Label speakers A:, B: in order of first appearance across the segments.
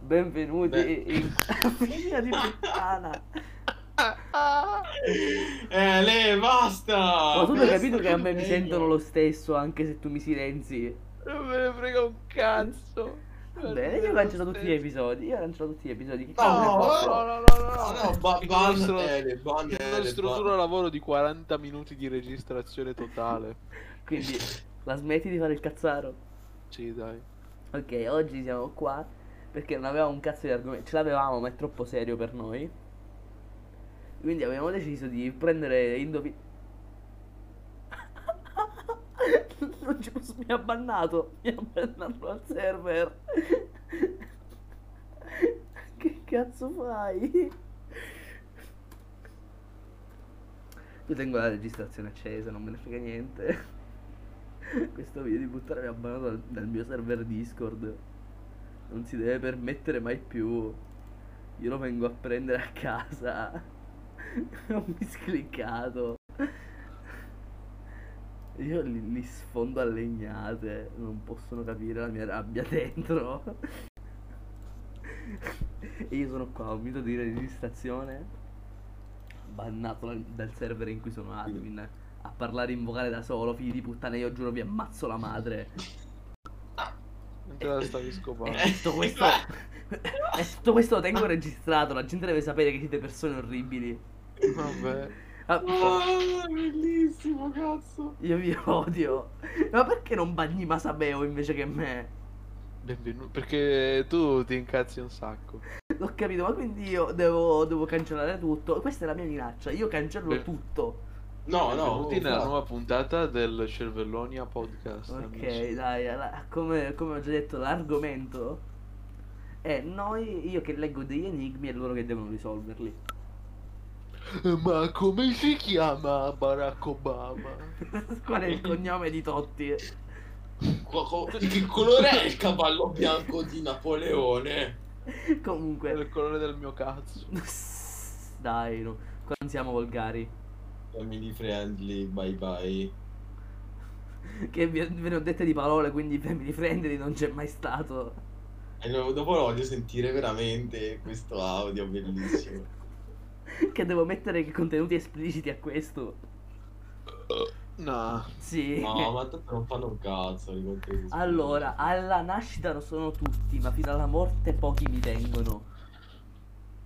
A: Benvenuti
B: Beh.
A: in figlia di puttana.
B: Eh, lei, basta!
A: Ma tu hai
B: Basta
A: capito che a me mi
B: convegno.
A: sentono lo stesso anche se tu mi silenzi?
C: Non me ne frega un cazzo.
A: Bene, io lancio tutti gli episodi. Io lancio tutti gli episodi. Che
B: No,
A: cavolo
B: no,
A: ne posso?
B: no,
C: no,
B: No,
C: no,
B: Ah, no, ba-
C: Il
B: ban
C: nostro-
B: Ele, ban
C: Il
B: Ele,
C: nostro
B: ban-
C: duro lavoro di 40 minuti di registrazione totale.
A: Quindi la smetti di fare il cazzaro.
C: Sì, dai.
A: Ok, oggi siamo qua perché non avevamo un cazzo di argomento. Ce l'avevamo, ma è troppo serio per noi. Quindi abbiamo deciso di prendere e indovin- non ci posso, mi ha bannato. Mi ha bannato al server. che cazzo fai? Io tengo la registrazione accesa, non me ne frega niente. Questo video di buttare mi ha bannato dal, dal mio server Discord. Non si deve permettere mai più. Io lo vengo a prendere a casa. Ho miscliccato. Io li, li sfondo a legnate. Non possono capire la mia rabbia dentro. e io sono qua, ho un video di registrazione. Bannato dal- dal server in cui sono admin a parlare in vocale da solo, figli di puttana, io giuro vi ammazzo la madre.
C: Non te la stavi scopando.
A: E tutto questo. e tutto questo lo tengo registrato, la gente deve sapere che siete persone orribili.
C: Vabbè.
A: Ah,
B: Ah, bellissimo, cazzo!
A: io vi odio. Ma perché non bagni Masabeo invece che me?
C: Benvenuto. Perché tu ti incazzi un sacco.
A: L'ho capito, ma quindi io devo, devo cancellare tutto. Questa è la mia minaccia, io cancello
C: Beh.
A: tutto.
B: No, no,
C: Benvenuti nella
B: fra-
C: nuova puntata del Cervellonia Podcast.
A: Ok,
C: amici.
A: dai, alla- come, come ho già detto, l'argomento è noi, io che leggo degli enigmi e loro che devono risolverli.
C: Ma come si chiama Barack Obama?
A: Qual è il cognome di Totti?
B: co- co- di che colore è il cavallo bianco di Napoleone?
C: È
A: Comunque,
C: il colore del mio cazzo.
A: dai, no. qua non siamo volgari.
B: Family friendly, bye bye.
A: Che vi- ve ne ho dette di parole, quindi family friendly non c'è mai stato.
B: E no- dopo Eh, lo voglio sentire veramente questo audio, bellissimo.
A: Che devo mettere che contenuti espliciti a questo.
C: No.
A: Sì.
B: No, ma tanto non fanno un cazzo di contenuti.
A: Allora, alla nascita lo sono tutti, ma fino alla morte pochi mi tengono.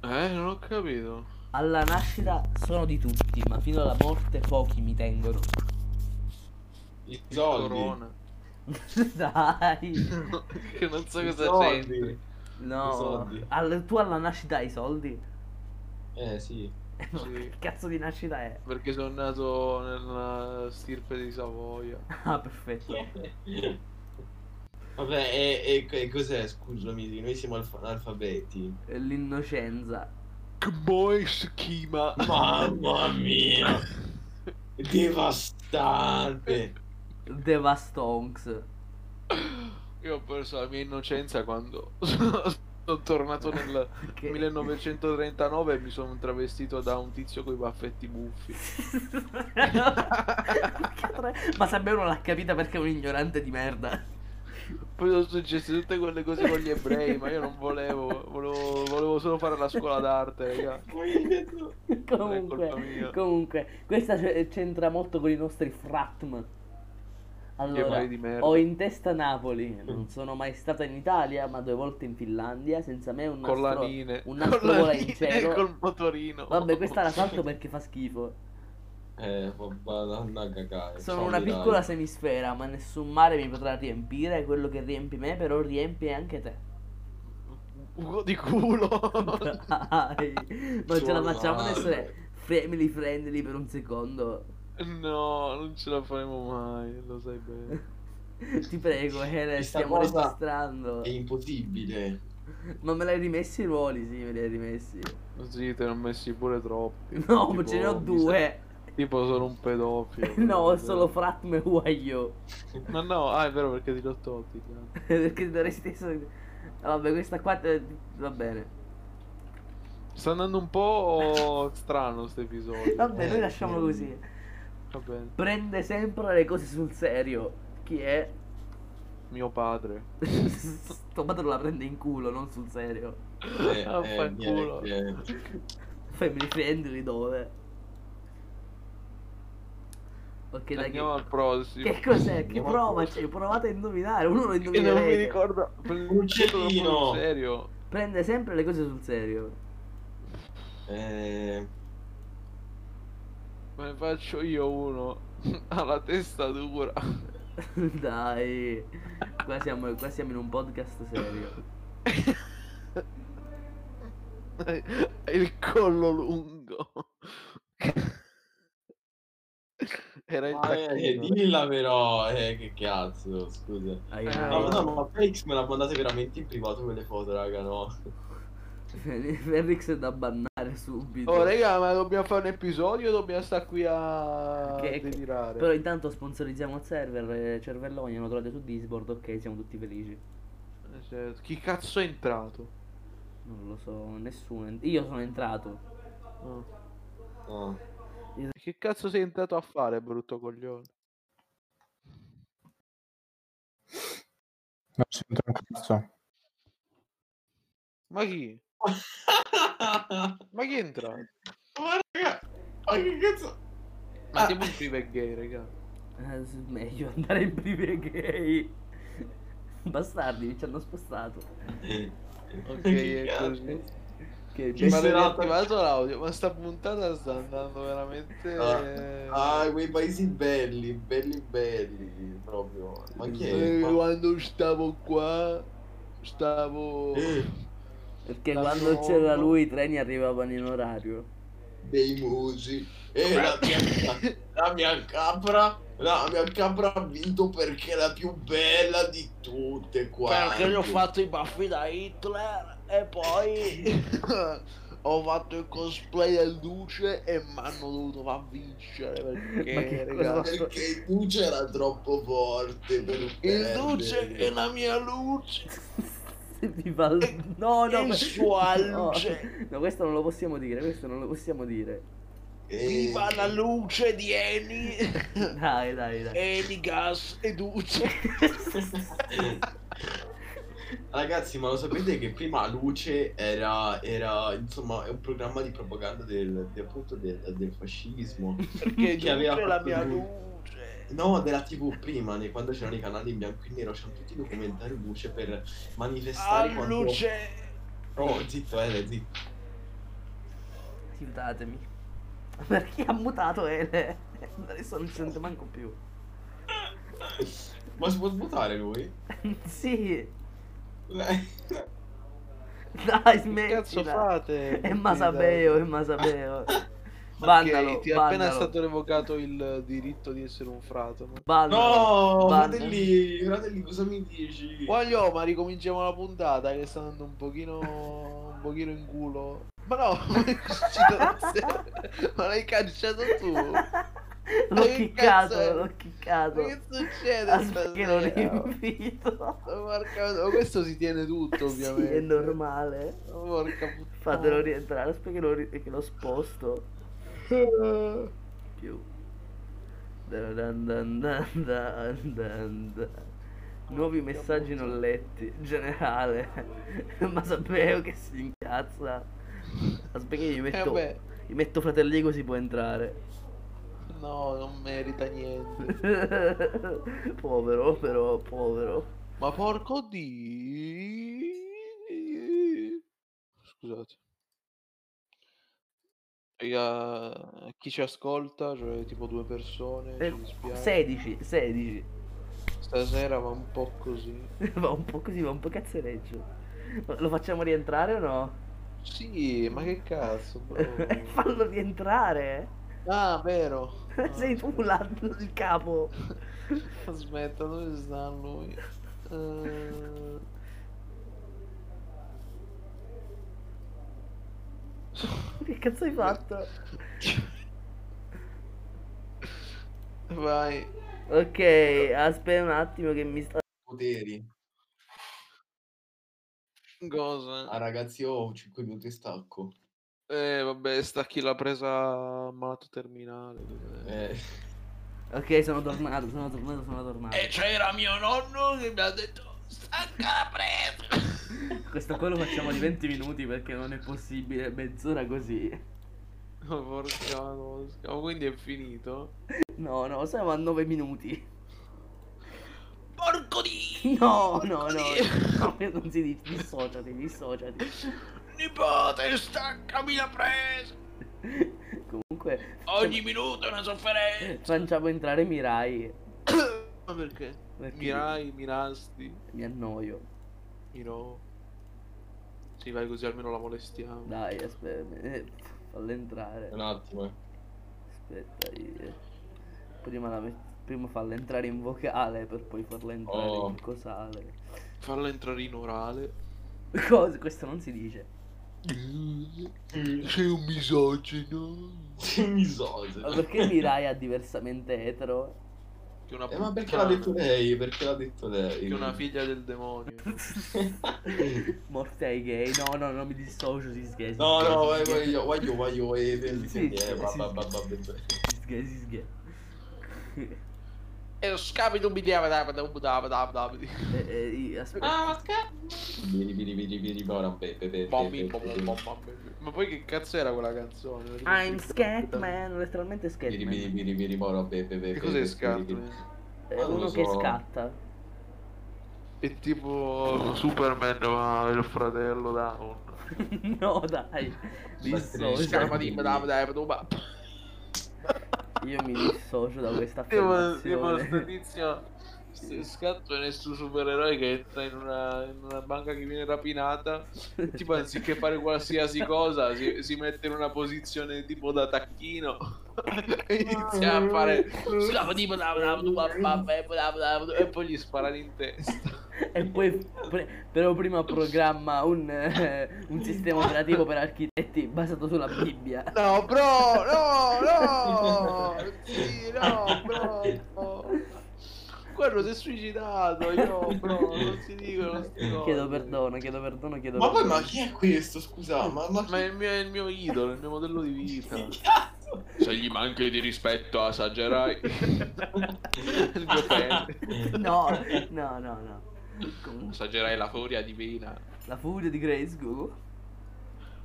C: Eh, non ho capito.
A: Alla nascita sono di tutti, ma fino alla morte pochi mi tengono.
B: i
C: Il
B: soldi.
C: corona.
A: Dai.
C: che non so
B: I
C: cosa
B: soldi.
C: c'entri.
B: I
A: No.
B: soldi.
A: Al- tu alla nascita hai i soldi?
B: Eh sì.
A: No,
C: Sì.
A: Che cazzo di nascita è?
C: Perché sono nato nella stirpe di Savoia.
A: Ah, perfetto.
B: Vabbè, e, e- e cos'è? Scusami, noi siamo alf- analfabeti.
A: Eh, L'innocenza.
C: Come si chiama?
B: Mamma mia! Devastante!
A: Devastonks.
C: Io ho perso la mia innocenza quando sono sono tornato nel
A: Che-
C: 1939 e mi sono travestito da un tizio con i baffetti buffi.
A: Che tra- Ma Sabeo non l'ha capita perché è un ignorante di merda.
C: Poi sono successe tutte quelle cose con gli ebrei, ma io non volevo, volevo, volevo solo fare la scuola d'arte, raga. colpa
A: Comunque,
C: mia.
A: comunque, questa c'è- c'entra molto con i nostri fratm.
C: Gli
A: Allora,
C: ebrei di merda.
A: ho in testa Napoli. Non sono mai stata in Italia, ma due volte in Finlandia. Senza me un nastro,
C: Collanine.
A: un nastro vola in
C: Collanine
A: cielo.
C: col motorino.
A: Vabbè, questa la salto perché fa schifo.
B: Eh, madonna cagare.
A: Sono una piccola semisfera, ma nessun mare mi potrà riempire. Quello che riempi me, però, riempie anche te.
C: Ugo di culo.
A: Dai, non ce la facciamo ad
B: Suonare.
A: essere family friendly per un secondo.
C: No, non ce la faremo mai, lo sai bene.
A: Ti prego, Hele,
B: Questa
A: eh, stiamo
B: cosa
A: registrando.
B: È impossibile.
A: Ma me l'hai rimessi i ruoli? Sì, me li hai rimessi.
C: Così te ne ho messi pure troppi.
A: No,
C: Tipo,
A: ce ne ho
C: mi
A: due.
C: sa- Tipo sono un pedofilo.
A: No,
C: Vabbè.
A: solo Fratme Uaio.
C: Ma no, ah è vero perché ti l'ho tolti. cazzo.
A: Perché dovresti essere. Vabbè, questa qua. te- Va bene.
C: Sta andando un po' strano questo episodio.
A: Vabbè, noi
B: Eh,
A: lasciamolo
B: sì.
A: così.
C: Va bene.
A: Prende sempre le cose sul serio. Chi è?
C: mio padre.
A: Sto padre la prende in culo, non sul serio.
B: Eh,
C: Ah,
B: eh,
C: fanculo.
B: niente.
A: Family friendly dove? Ok, dai.
C: Andiamo
A: Che,
C: al prossimo.
A: che cos'è? Che
B: Andiamo a-
A: prova? Cioè, provate a indovinare. Uno lo
C: Io non mi
A: indovina.
C: ricordo. prendo
B: Un
C: troppo
B: uccellino.
C: sul Serio.
A: Prende sempre le cose sul serio.
B: Eh,
C: Me ne faccio io uno. Alla testa dura.
A: Dai. Qua siamo, qua siamo in un podcast serio.
C: Ha il collo lungo. Era il
B: ma, eh,
C: tacchino.
B: dilla però, eh, che cazzo, scusa.
A: Ai,
C: Eh,
B: No, ma
A: ai.
B: no, ma Felix me l'ha mandate veramente in privato quelle foto, raga, no.
A: Felix è da bannare subito.
C: Oh raga, ma dobbiamo fare un episodio o dobbiamo stare qui a
A: Che-
C: delirare?
A: Però intanto sponsorizziamo il server, eh, cervelloni, lo trovate su Discord, ok, siamo tutti felici.
C: Cioè, Chi cazzo è entrato?
A: Non lo so, nessuno. è- Io sono entrato.
C: Oh.
B: No.
C: Che cazzo sei entrato a fare, brutto coglione?
D: Non sento un cazzo.
C: Ma chi? Ma chi è entrato?
B: ma raga, ma Ah, che cazzo?
C: Ma
B: Ah.
C: siamo in prive gay, raga.
A: Eh, s- meglio andare in prive gay. Bastardi, ci hanno spostato.
C: Ok,
B: Che
C: è così.
B: cazzo?
A: Che
B: Ci
A: be-
C: Ma non è
B: serata-
C: attivato l'audio, ma sta puntata sta andando veramente...
B: Ah,
C: eh.
B: quei paesi belli, belli belli, proprio. Ma chi è?
C: Eh,
B: Ma-
C: Quando stavo qua, stavo...
B: Eh,
A: Perché
C: la
A: quando
C: Roma.
A: c'era lui i treni arrivavano in orario.
B: dei musi. E la mia, la mia capra, la mia capra ha vinto perché è la più bella di tutte qua.
C: i baffi da Hitler e poi ho fatto il cosplay del Duce e mi hanno dovuto far vincere
A: Ma che
C: perché
A: cosa-
C: raga,
B: Perché il duce era troppo forte per
C: il
B: perdere.
C: Duce è la mia luce
A: Mi fa il- No, Oh, no,
C: il
A: ma-
C: suo
A: no.
C: alluce.
A: no, questo non lo possiamo dire, questo non lo possiamo dire.
B: Eh,
C: viva la luce di Eni
A: Dai, dai, dai.
C: Eni Gas e Duce
B: Ragazzi, ma lo sapete che prima Luce era, era insomma, è un programma di propaganda del, di- appunto del, del fascismo.
C: perché
B: Chi
C: Duce
B: aveva
C: è la
B: fatto
C: mia
B: Duce?
C: luce
B: No, della TV prima, ne- quando c'erano i canali in bianco e nero, c'erano tutti i documentari Luce per manifestare
C: a
B: quanto...
C: Ah, luce
B: Oh, zitto, eh, zitto.
A: Aiutatemi. Perché ha mutato Ele? Adesso non si sente manco più.
B: Ma si può svuotare lui?
A: Sì,
B: Lei-
A: dai,
C: che
A: smettila.
C: cazzo fate
A: È Masabeo, è Masabeo. Bandalo,
C: Ok, ti è appena
A: bandalo.
C: stato revocato il diritto di essere un frato. ma-
A: Bandalo.
B: No,
A: Banda.
B: fratelli, fratelli, cosa mi dici?
C: Guaglio, ma ricominciamo la puntata che sta andando un pochino. un pochino in culo. Ma no, ci do- ma l'hai cacciato tu. Ma
A: L'ho
C: che cazzo
A: chiccato,
C: è?
A: l'ho chiccato.
C: che succede?
A: Aspetta che lo
C: stasera?
A: riempito.
C: Oh, porca- oh, questo si tiene tutto
A: Sì,
C: ovviamente. Eh.
A: è normale.
C: Oh, Porca puttana.
A: Fatelo rientrare, aspetta che lo, ri- che lo sposto.
C: Eh,
A: Più. Dun dun dun dun dun dun dun. Nuovi messaggi non letti, generale. Ma sapevo che si incazza. Aspetta che gli
C: Eh,
A: metto,
C: vabbè,
A: gli metto fratelli così può entrare.
C: no, non merita niente.
A: povero, però, povero.
C: Ma porco di... Scusate. Raga, chi ci ascolta, cioè tipo due persone,
A: Eh,
C: ci dispiace.
A: 16, 16.
C: Stasera va un po' così.
A: Va un po' così, va un po' cazzereggio. Lo facciamo rientrare o no?
C: Sì, ma che cazzo, bro.
A: Fallo rientrare.
C: Ah, vero. Ah,
A: Sei tu la- il capo.
C: Aspetta, dove sta lui? Eh.
A: Che cazzo hai fatto?
C: Vai.
A: Ok, aspetta un attimo che mi sta...
B: Poteri.
C: Cosa?
B: Ah, ragazzi, io ho 5 minuti e stacco.
C: Eh, vabbè, sta chi l'ha presa malato terminale. cos'è?
B: Eh.
A: Ok, sono tornato, sono tornato, sono tornato.
C: E c'era mio nonno che mi ha detto stacca la presa.
A: Questo qua lo facciamo di 20 minuti perché non è possibile, mezz'ora così.
C: No, Oh, porca mosca. Oh, Quindi è finito.
A: No, no, siamo a 9 minuti.
C: Porco di!
A: No,
C: porco
A: no, no.
C: di-
A: no, Non si dice, dissociati, dissociati.
C: Nipote, staccami la presa.
A: Comunque,
C: Ogni minuto è una sofferenza.
A: facciamo entrare Mirai.
C: Ma perché?
A: perché
C: Mirai, Mirasti,
A: Mi annoio.
C: Miro. Sì, vai così almeno la molestiamo.
A: Dai, aspetta. eh, Falla entrare.
B: Un attimo. eh.
A: Aspetta, io- prima, la met- prima farla entrare in vocale per poi farla entrare
B: Oh.
A: in cosale.
C: Farla entrare in orale.
A: Cosa? Questo non si dice.
C: Sei un misogino.
B: Sei un misogino.
A: Ma perché Mirai è diversamente etero?
C: Che una
B: Eh, ma perché l'ha
C: puttana,
B: detto lei? Perché l'ha detto lei?
C: Che una figlia del demonio.
A: Morte ai gay. No, no, no, mi dissocio, si sgay. si
B: No,
A: sgay,
B: no,
A: si
B: vai,
A: sgay.
B: vai, io, vai, io, vai, io, e vedi,
A: Sì,
B: vedi,
A: sì,
B: eh, va,
A: sì.
B: va, va, va, bene.
A: Si sgay, si sgay.
C: E lo scavi non mi dava dava dava dava dava dava
A: Eh, eh, io-
C: Ah,
A: aspetta.
B: Viri, viri, viri, viri, ora, be, be, be, be,
C: Bombi,
B: be,
C: bom,
B: be,
C: bom, bom, bom, bom. Ma poi che cazzo era quella canzone?
A: I'm Scatman, letteralmente
B: Viri, viri,
A: Scatman.
B: viri, viri, ora, be, be, be,
C: Che
B: be,
C: cos'è
B: be,
C: Scatman?
A: È Eh, uno
B: lo
A: che
B: so.
A: scatta.
C: È tipo Superman ma il fratello Down.
A: no, dai.
C: Scatman
A: Dissocio.
B: Scatman.
C: di dava dava dava.
A: Io mi dissocio da questa
C: Tipo tipo sto
A: affermazione.
C: tizio sto- Scatman è sto supereroe che entra in una, in una banca che viene rapinata Tipo anziché fare qualsiasi cosa si, si mette in una posizione tipo da tacchino e inizia a fare e poi gli sparano in testa.
A: E poi pre- però prima programma un, eh, un sistema operativo per architetti basato sulla Bibbia.
C: No, bro, no, no, sì, no, bro. Quello si è suicidato, io, bro, non si dicono sti cose.
A: Chiedo perdono, chiedo perdono, chiedo
B: Ma poi,
A: perdono.
B: ma chi è questo? Scusa, ma, ma chi
C: Ma è il mio, è il mio idolo, è il mio modello di vita.
B: cazzo?
C: Se gli manchi di rispetto, esagerai. il mio pene.
A: No, no, no, no. Comunque,
C: Esagerai la furia divina.
A: la furia di Grace Goo.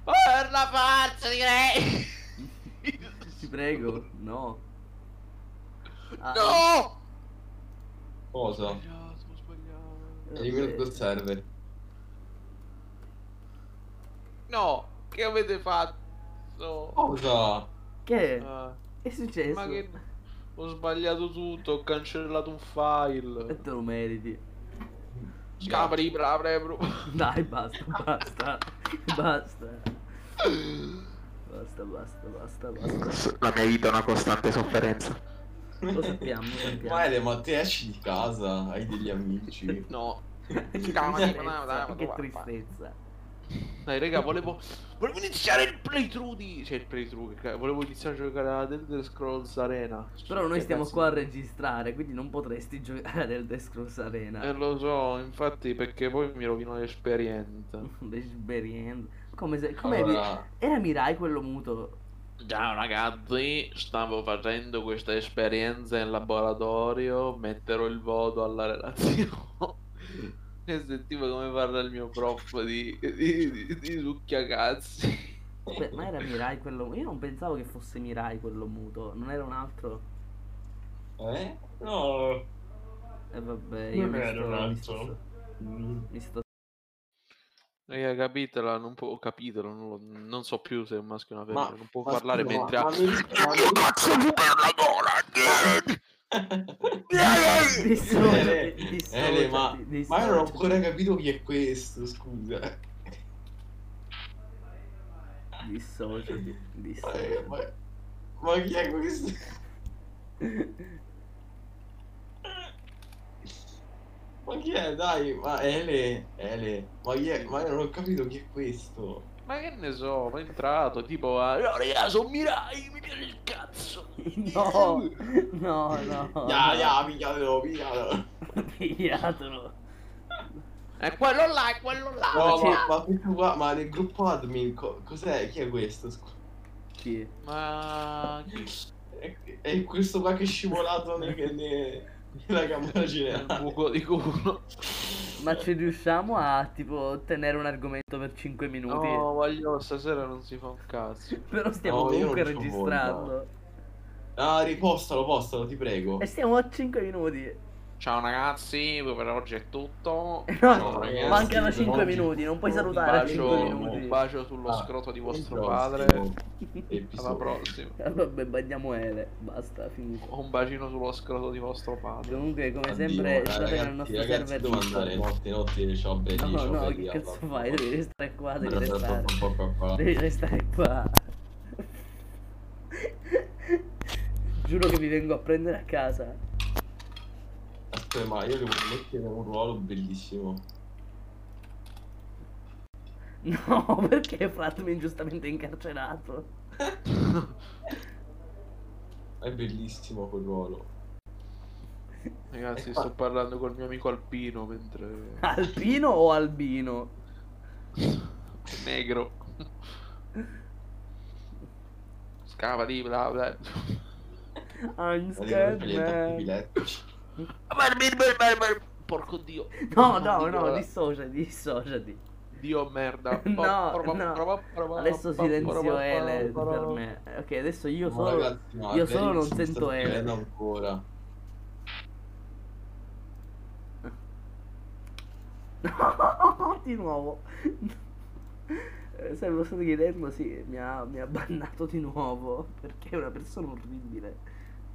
C: Per la forza di lei.
A: Ti prego, no. Ah,
C: No!
B: Cosa?
C: ho sbagliato.
A: vabbè.
B: Eliminato dal server.
C: No, che avete fatto?
B: Cosa?
A: Che è?
C: Ah,
A: È successo?
C: ma che... Ho sbagliato tutto, ho cancellato un
A: E
C: file.
A: te lo meriti.
C: Scapri, bra, bra, bra.
A: Dai, basta, basta. basta. Basta, basta, basta, basta.
D: La mia vita è una costante sofferenza.
A: Lo sappiamo, lo sappiamo.
B: Maele, ma te esci di casa, hai degli amici.
C: No.
A: Che
C: Calma,
A: tristezza,
C: calma,
A: che
C: calma.
A: tristezza.
C: Dai, raga, volevo... Volevo iniziare il playthrough di... Cioè, il playthrough, che ca- volevo iniziare a giocare a The Elder Scrolls Arena.
A: Però
B: Cioè,
A: noi
C: Che
A: stiamo
C: cazzo-
A: qua a registrare, quindi non potresti giocare ad Elder Scrolls
C: Eh,
A: Arena.
C: lo so, infatti, perché poi mi rovino l'esperienza.
A: L'esperienza. Come se. Come
B: Allora,
A: Era Mirai quello muto.
C: Ciao ragazzi, stavo facendo questa esperienza in laboratorio, metterò il voto alla relazione e sentivo come parla il mio prof di, di, di, di succhiacazzi.
A: Beh, ma era Mirai quello. Io non pensavo che fosse Mirai quello muto. Non era un altro.
B: eh? No.
A: E Eh, vabbè, io
B: Non
A: mi
B: era
A: sto-
B: un
A: mi sto-
B: altro.
A: Mi sto.
C: Raga, capitela, non può, capitelo, non, lo- non so più se è un maschio o una femmina,
B: Ma-
C: non può
B: ma
C: parlare
B: scusa,
C: mentre
B: ma-
C: ha...
B: ma mi-
D: cazzo tu per la gola!
A: Dissociati,
B: Eh,
A: dissociati,
B: eh, ma, ma io non ho
A: dissociati.
B: ancora capito chi è questo, scusa.
A: Dissociati,
B: Eh,
A: dissociati.
B: ma, ma chi è questo? Ma chi è? Dai, ma Ele, Ele, ma chi è? Ma io non ho capito chi è questo.
C: Ma che ne so, ma è entrato, tipo... ah, No raga, sono Mirai, mi piace il cazzo!
A: No, no, no.
B: Eh, Ya,
A: no.
B: ya, pigliatelo, pigliatelo.
A: Pigliatelo.
C: È Eh, quello là, è quello là!
B: No,
A: sì.
B: ma, ma, questo qua- ma nel gruppo admin co- cos'è? Chi è questo? Scusa.
A: Chi è?
C: Ma... chi-
B: è, è questo qua che è scivolato nel- nel- nella camera
C: Nel
B: generale.
C: buco di culo.
A: Ma ci riusciamo a tipo tenere un argomento per 5 minuti?
C: No, voglio stasera non si fa un cazzo.
A: Però stiamo
B: No, io
A: comunque
B: non ci ho
A: registrando.
B: Ah, ripostalo, postalo, ti prego.
A: E stiamo a 5 minuti.
C: Ciao ragazzi, per oggi è tutto.
A: No,
C: Ciao ragazzi.
A: mancano
B: oggi-
A: 5 minuti, non puoi
B: un
C: Un
A: salutare a 5
C: bacio, un
A: minuti.
C: bacio sullo
B: Ah,
C: scroto di
B: Il
C: vostro
B: prossimo
C: padre. Alla
B: episodio.
C: prossima.
A: Ah, Vabbè, bagniamo Ele, basta, finito.
C: Un bacino sullo scroto di vostro padre.
A: Comunque, come
B: Addio,
A: sempre,
B: eh,
A: state nel
B: ragazzi,
A: nostro
B: ragazzi,
A: server
B: devo andare
A: Discord.
B: notte, notte, ciao belli,
A: No,
B: ciao
A: no,
B: belli,
A: che
B: alla
A: cazzo
B: prossima.
A: fai? Devi restare qua, devi
B: Bra- bra- bra-
A: restare.
B: bra- bra- bra- bra.
A: Devi restare qua. Giuro che vi vengo a prendere a casa.
B: Aspetta, ma io devo mettere un ruolo bellissimo.
A: No, perché Frat mi ha ingiustamente incarcerato?
B: È bellissimo quel ruolo.
C: Ragazzi, sto parlando col mio amico alpino mentre.
A: Alpino o Albino?
C: Negro. Scava di bla bla.
A: I'm
B: Ma devo
A: scared,
C: eh.
B: togliere il
A: man.
B: biglietto.
C: Porco dio.
A: No, no,
C: Di
A: no,
B: eh.
C: bla-
A: dissociati, dissociati.
C: Dio merda.
A: No, no. Adesso silenzio Ele per me. Ok, adesso io
B: No,
A: solo...
B: ragazzi, no,
A: io
B: Dennis
A: solo non
B: mi sta
A: sento Ele.
B: scrivendo ancora.
A: No, di nuovo. Eh, Sai, me lo state chiedendo, sì, mi ha, mi ha bannato di nuovo. Perché è una persona orribile.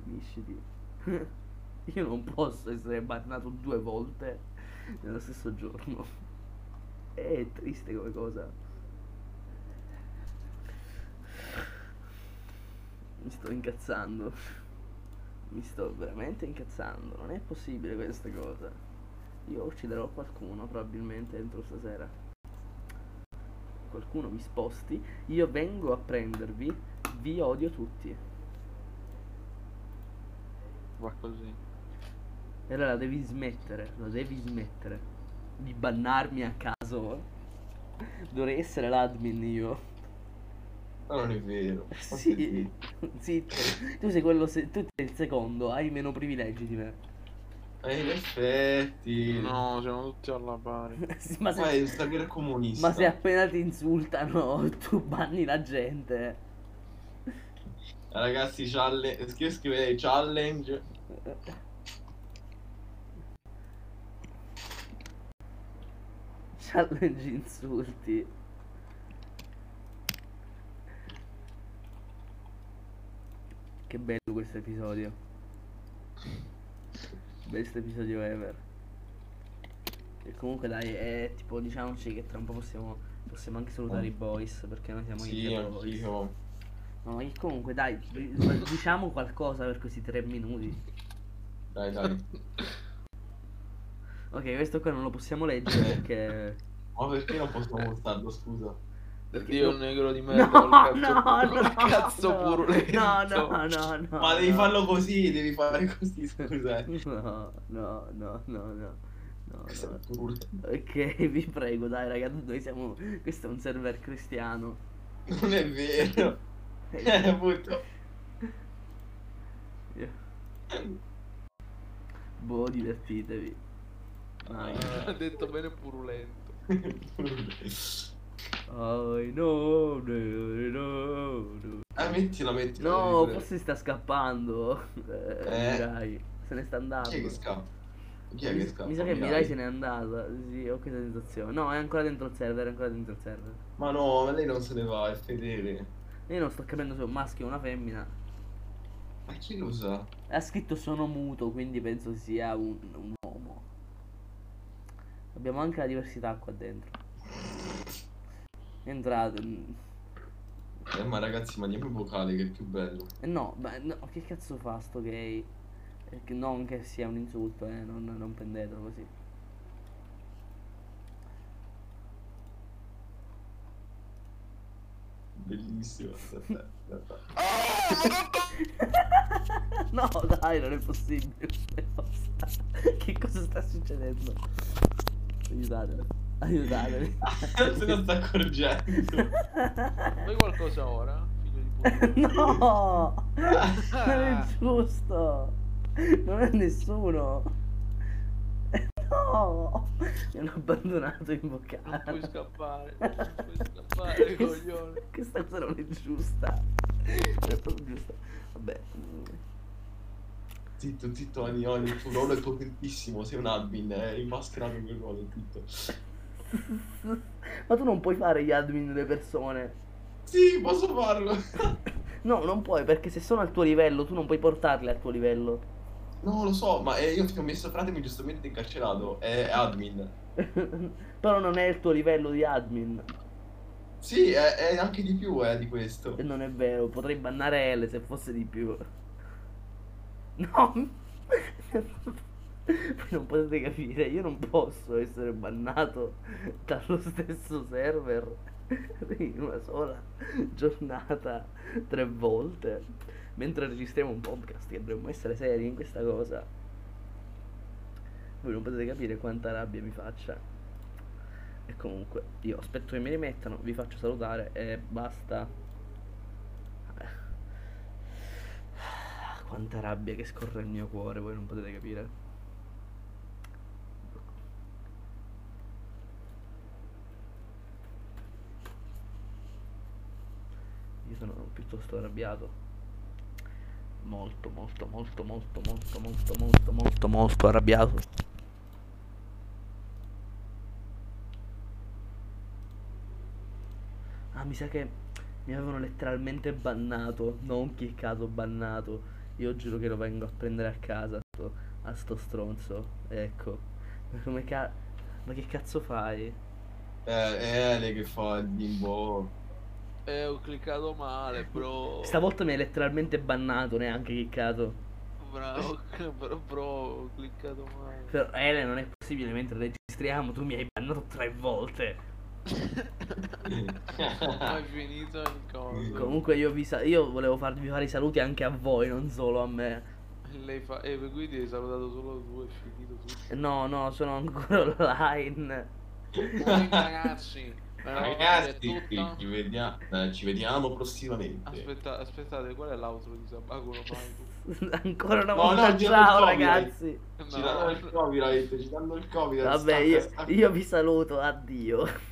A: Misciti. Io non posso essere bannato due volte nello stesso giorno. È triste come cosa. Mi sto incazzando. Mi sto veramente incazzando. Non è possibile questa cosa. Io ucciderò qualcuno probabilmente entro stasera. Qualcuno vi sposti, io vengo a prendervi, vi odio tutti.
C: Va così.
A: E allora devi smettere, lo devi smettere di bannarmi a caso. Dovrei essere l'admin io.
B: No, non è vero. Ma che
A: Sì,
B: dici?
A: zitto. Tu sei quello, se- tu sei il secondo, hai meno privilegi di me.
B: Eh, in effetti.
C: No, siamo tutti alla pari.
A: Sì, Ma
B: Ma è
A: se,
B: il server comunista.
A: ma se appena ti insultano, tu banni la gente.
B: Ragazzi, challenge. Scrive, scrive challenge.
A: Challenge insulti. Che bello questo episodio. Best episodio ever. E comunque dai, è tipo diciamoci che tra un po' possiamo, possiamo anche salutare i boys perché noi siamo i
B: Sì,
A: The boys. No,
B: anch'io.
A: ma che comunque dai, ri- diciamo qualcosa per questi tre minuti.
B: Dai, dai.
A: Ok, questo qua non lo possiamo leggere perché...
B: Ma perché non possiamo usarlo, scusa?
C: Dio negro di merda.
A: No,
C: col cazzo
A: no, no, no.
C: puro- col cazzo purulento.
A: No, no, no, no.
B: Ma devi
A: no.
B: farlo così, devi fare così, scusa. eh.
A: No, no, no, no, no. no, no.
B: Questo è brutto.
A: Ok, vi prego, dai ragazzi, noi siamo... Questo è un server cristiano.
B: Non è vero. Eh,
A: Eh,
B: appunto.
A: boh, divertitevi.
B: Ah.
A: Dai.
C: Ha detto bene purulento.
A: I know, no, no, no.
B: Ah, mettila, mettila.
A: No,
B: devi
A: forse sta scappando. Eh,
B: Eh.
A: Mirai, se ne sta andando.
B: Chi è che scappa? Chi è
A: mi,
B: che scappa?
A: mi sa che
B: Mirai?
A: Mirai se n'è andata. Sì, ho questa sensazione. No, è ancora dentro il server, è ancora dentro il server.
B: Ma no, ma lei non se ne va, è fedele.
A: Io non sto capendo se è un maschio o una femmina.
B: Ma chi lo sa?
A: Ha scritto sono muto, quindi penso sia un, un uomo. Abbiamo anche la diversità qua dentro. Entrate. mm.
B: Eh, ma ragazzi, mandiamo il vocale che è più bello.
A: Eh no, ma no, che cazzo fa sto gay? Eh, che- Non che sia un insulto, eh, non, non prendetelo così.
B: Bellissimo. Aspetta, aspetta.
A: no, dai, non è possibile. cioè, Basta. Che cosa sta succedendo? Aiutatemi. Aiutatemi.
B: Non se ne sta accorgendo.
C: Vuoi qualcosa ora? Figlio di
A: No! Non è giusto! Non è nessuno! No! Mi hanno abbandonato in
C: Non puoi
A: vocale.
C: scappare, non puoi scappare, coglione.
A: Questa cosa non è giusta. Non è proprio giusta. Vabbè. mm.
B: Zitto, zitto, Ani, Ani, il tuo ruolo è potentissimo, sei un admin, eh, in quel ruolo, zitto.
A: Ma tu non puoi fare gli admin delle persone.
B: Sì, posso farlo.
A: No, non puoi, perché se sono al tuo livello, tu non puoi portarle al tuo livello.
B: No, lo so, ma eh, io ti ho messo frate mi giustamente incarcerato, è admin.
A: Però non è il tuo livello di admin.
B: Sì, è, è anche di più, eh, di questo.
A: E non è vero, potrei bannare L se fosse di più. No. Voi non potete capire, io non posso essere bannato dallo stesso server in una sola giornata tre volte mentre registriamo un podcast che dovremmo essere seri in questa cosa. Voi non potete capire quanta rabbia mi faccia. E comunque, io aspetto che mi rimettano, vi faccio salutare e basta. Ah, Quanta rabbia che scorre il mio cuore, voi non potete capire. Io sono piuttosto arrabbiato. Molto, molto, molto, molto, molto, molto, molto, molto, molto arrabbiato. Ah, mi sa che mi avevano letteralmente bannato, non chiccato, bannato. Io giuro che lo vengo a prendere a casa a sto, a sto stronzo. Ecco. Ma come ca- Ma che cazzo fai?
B: Eh, è Ele che fa il bimbo.
C: Eh, ho cliccato male, bro.
A: Stavolta mi hai letteralmente bannato, neanche chiccato.
C: Bravo, però bro, ho cliccato male.
A: Però Ele non è possibile mentre registriamo, tu mi hai bannato tre volte.
C: Hai finito il coso.
A: Comunque io, vi sa- io volevo farvi fare i saluti anche a voi, non solo a me.
C: Lei fa... Eh, quindi hai salutato solo tu, è finito tutto.
A: No, no, sono ancora online.
C: Buoni ragazzi,
B: Ragazzi,
C: è tutto.
B: ci vediamo, eh, ci vediamo prossimamente.
C: Aspetta, aspettate, qual è l'altro di Sabaco? Lo fai tu?
A: Ancora una
B: No,
A: volta,
B: no, gira il
A: ciao
B: copyright.
A: ragazzi.
B: Ci danno il
C: No.
B: covid, ci danno il covid.
A: Vabbè, io, io vi saluto, addio.